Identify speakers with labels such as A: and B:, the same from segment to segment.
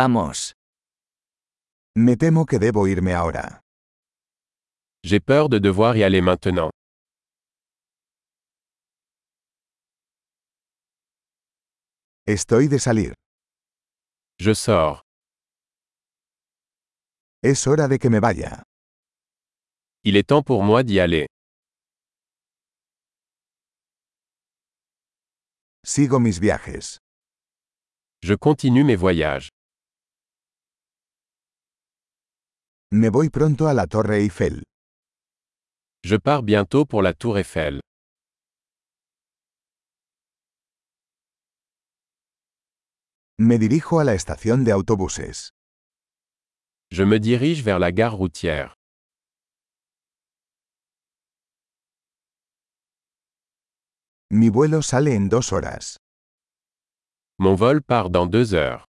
A: Vamos.
B: Me temo que debo irme ahora.
C: J'ai peur de devoir y aller maintenant.
B: Estoy de salir.
C: Je sors.
B: Es hora de que me vaya.
C: Il est temps pour moi d'y aller.
B: Sigo mis viajes.
C: Je continue mes voyages.
B: Me voy pronto a la Torre Eiffel.
C: Je pars bientôt pour la Tour Eiffel.
B: Me dirijo a la estación de autobuses.
C: Je me dirige vers la gare routière.
B: Mi vuelo sale en dos horas.
C: Mon vol part dans deux heures.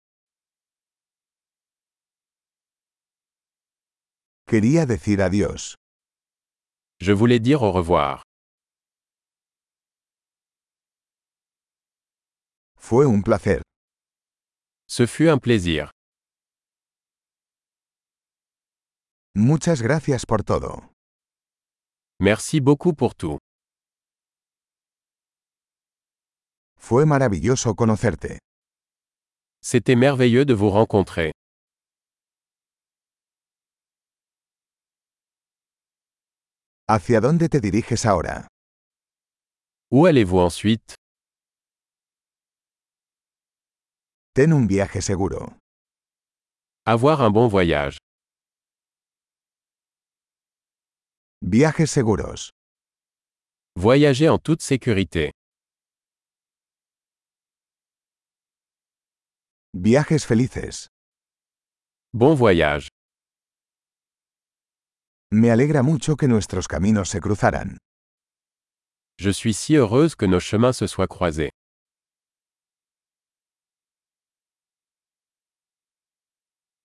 B: Quería decir adiós.
C: Je voulais dire au revoir.
B: Fue un placer.
C: Ce fut un plaisir.
B: Muchas gracias por todo.
C: Merci beaucoup pour tout.
B: Fue maravilloso conocerte.
C: C'était merveilleux de vous rencontrer.
B: ¿Hacia dónde te diriges ahora?
C: Où allez-vous ensuite
B: Ten un viaje seguro.
C: Avoir un bon voyage.
B: Viajes seguros.
C: Voyager en toute sécurité.
B: Viajes felices.
C: Bon voyage.
B: Me alegra mucho que nuestros caminos se cruzaran.
C: Je suis si heureuse que nos chemins se soient croisés.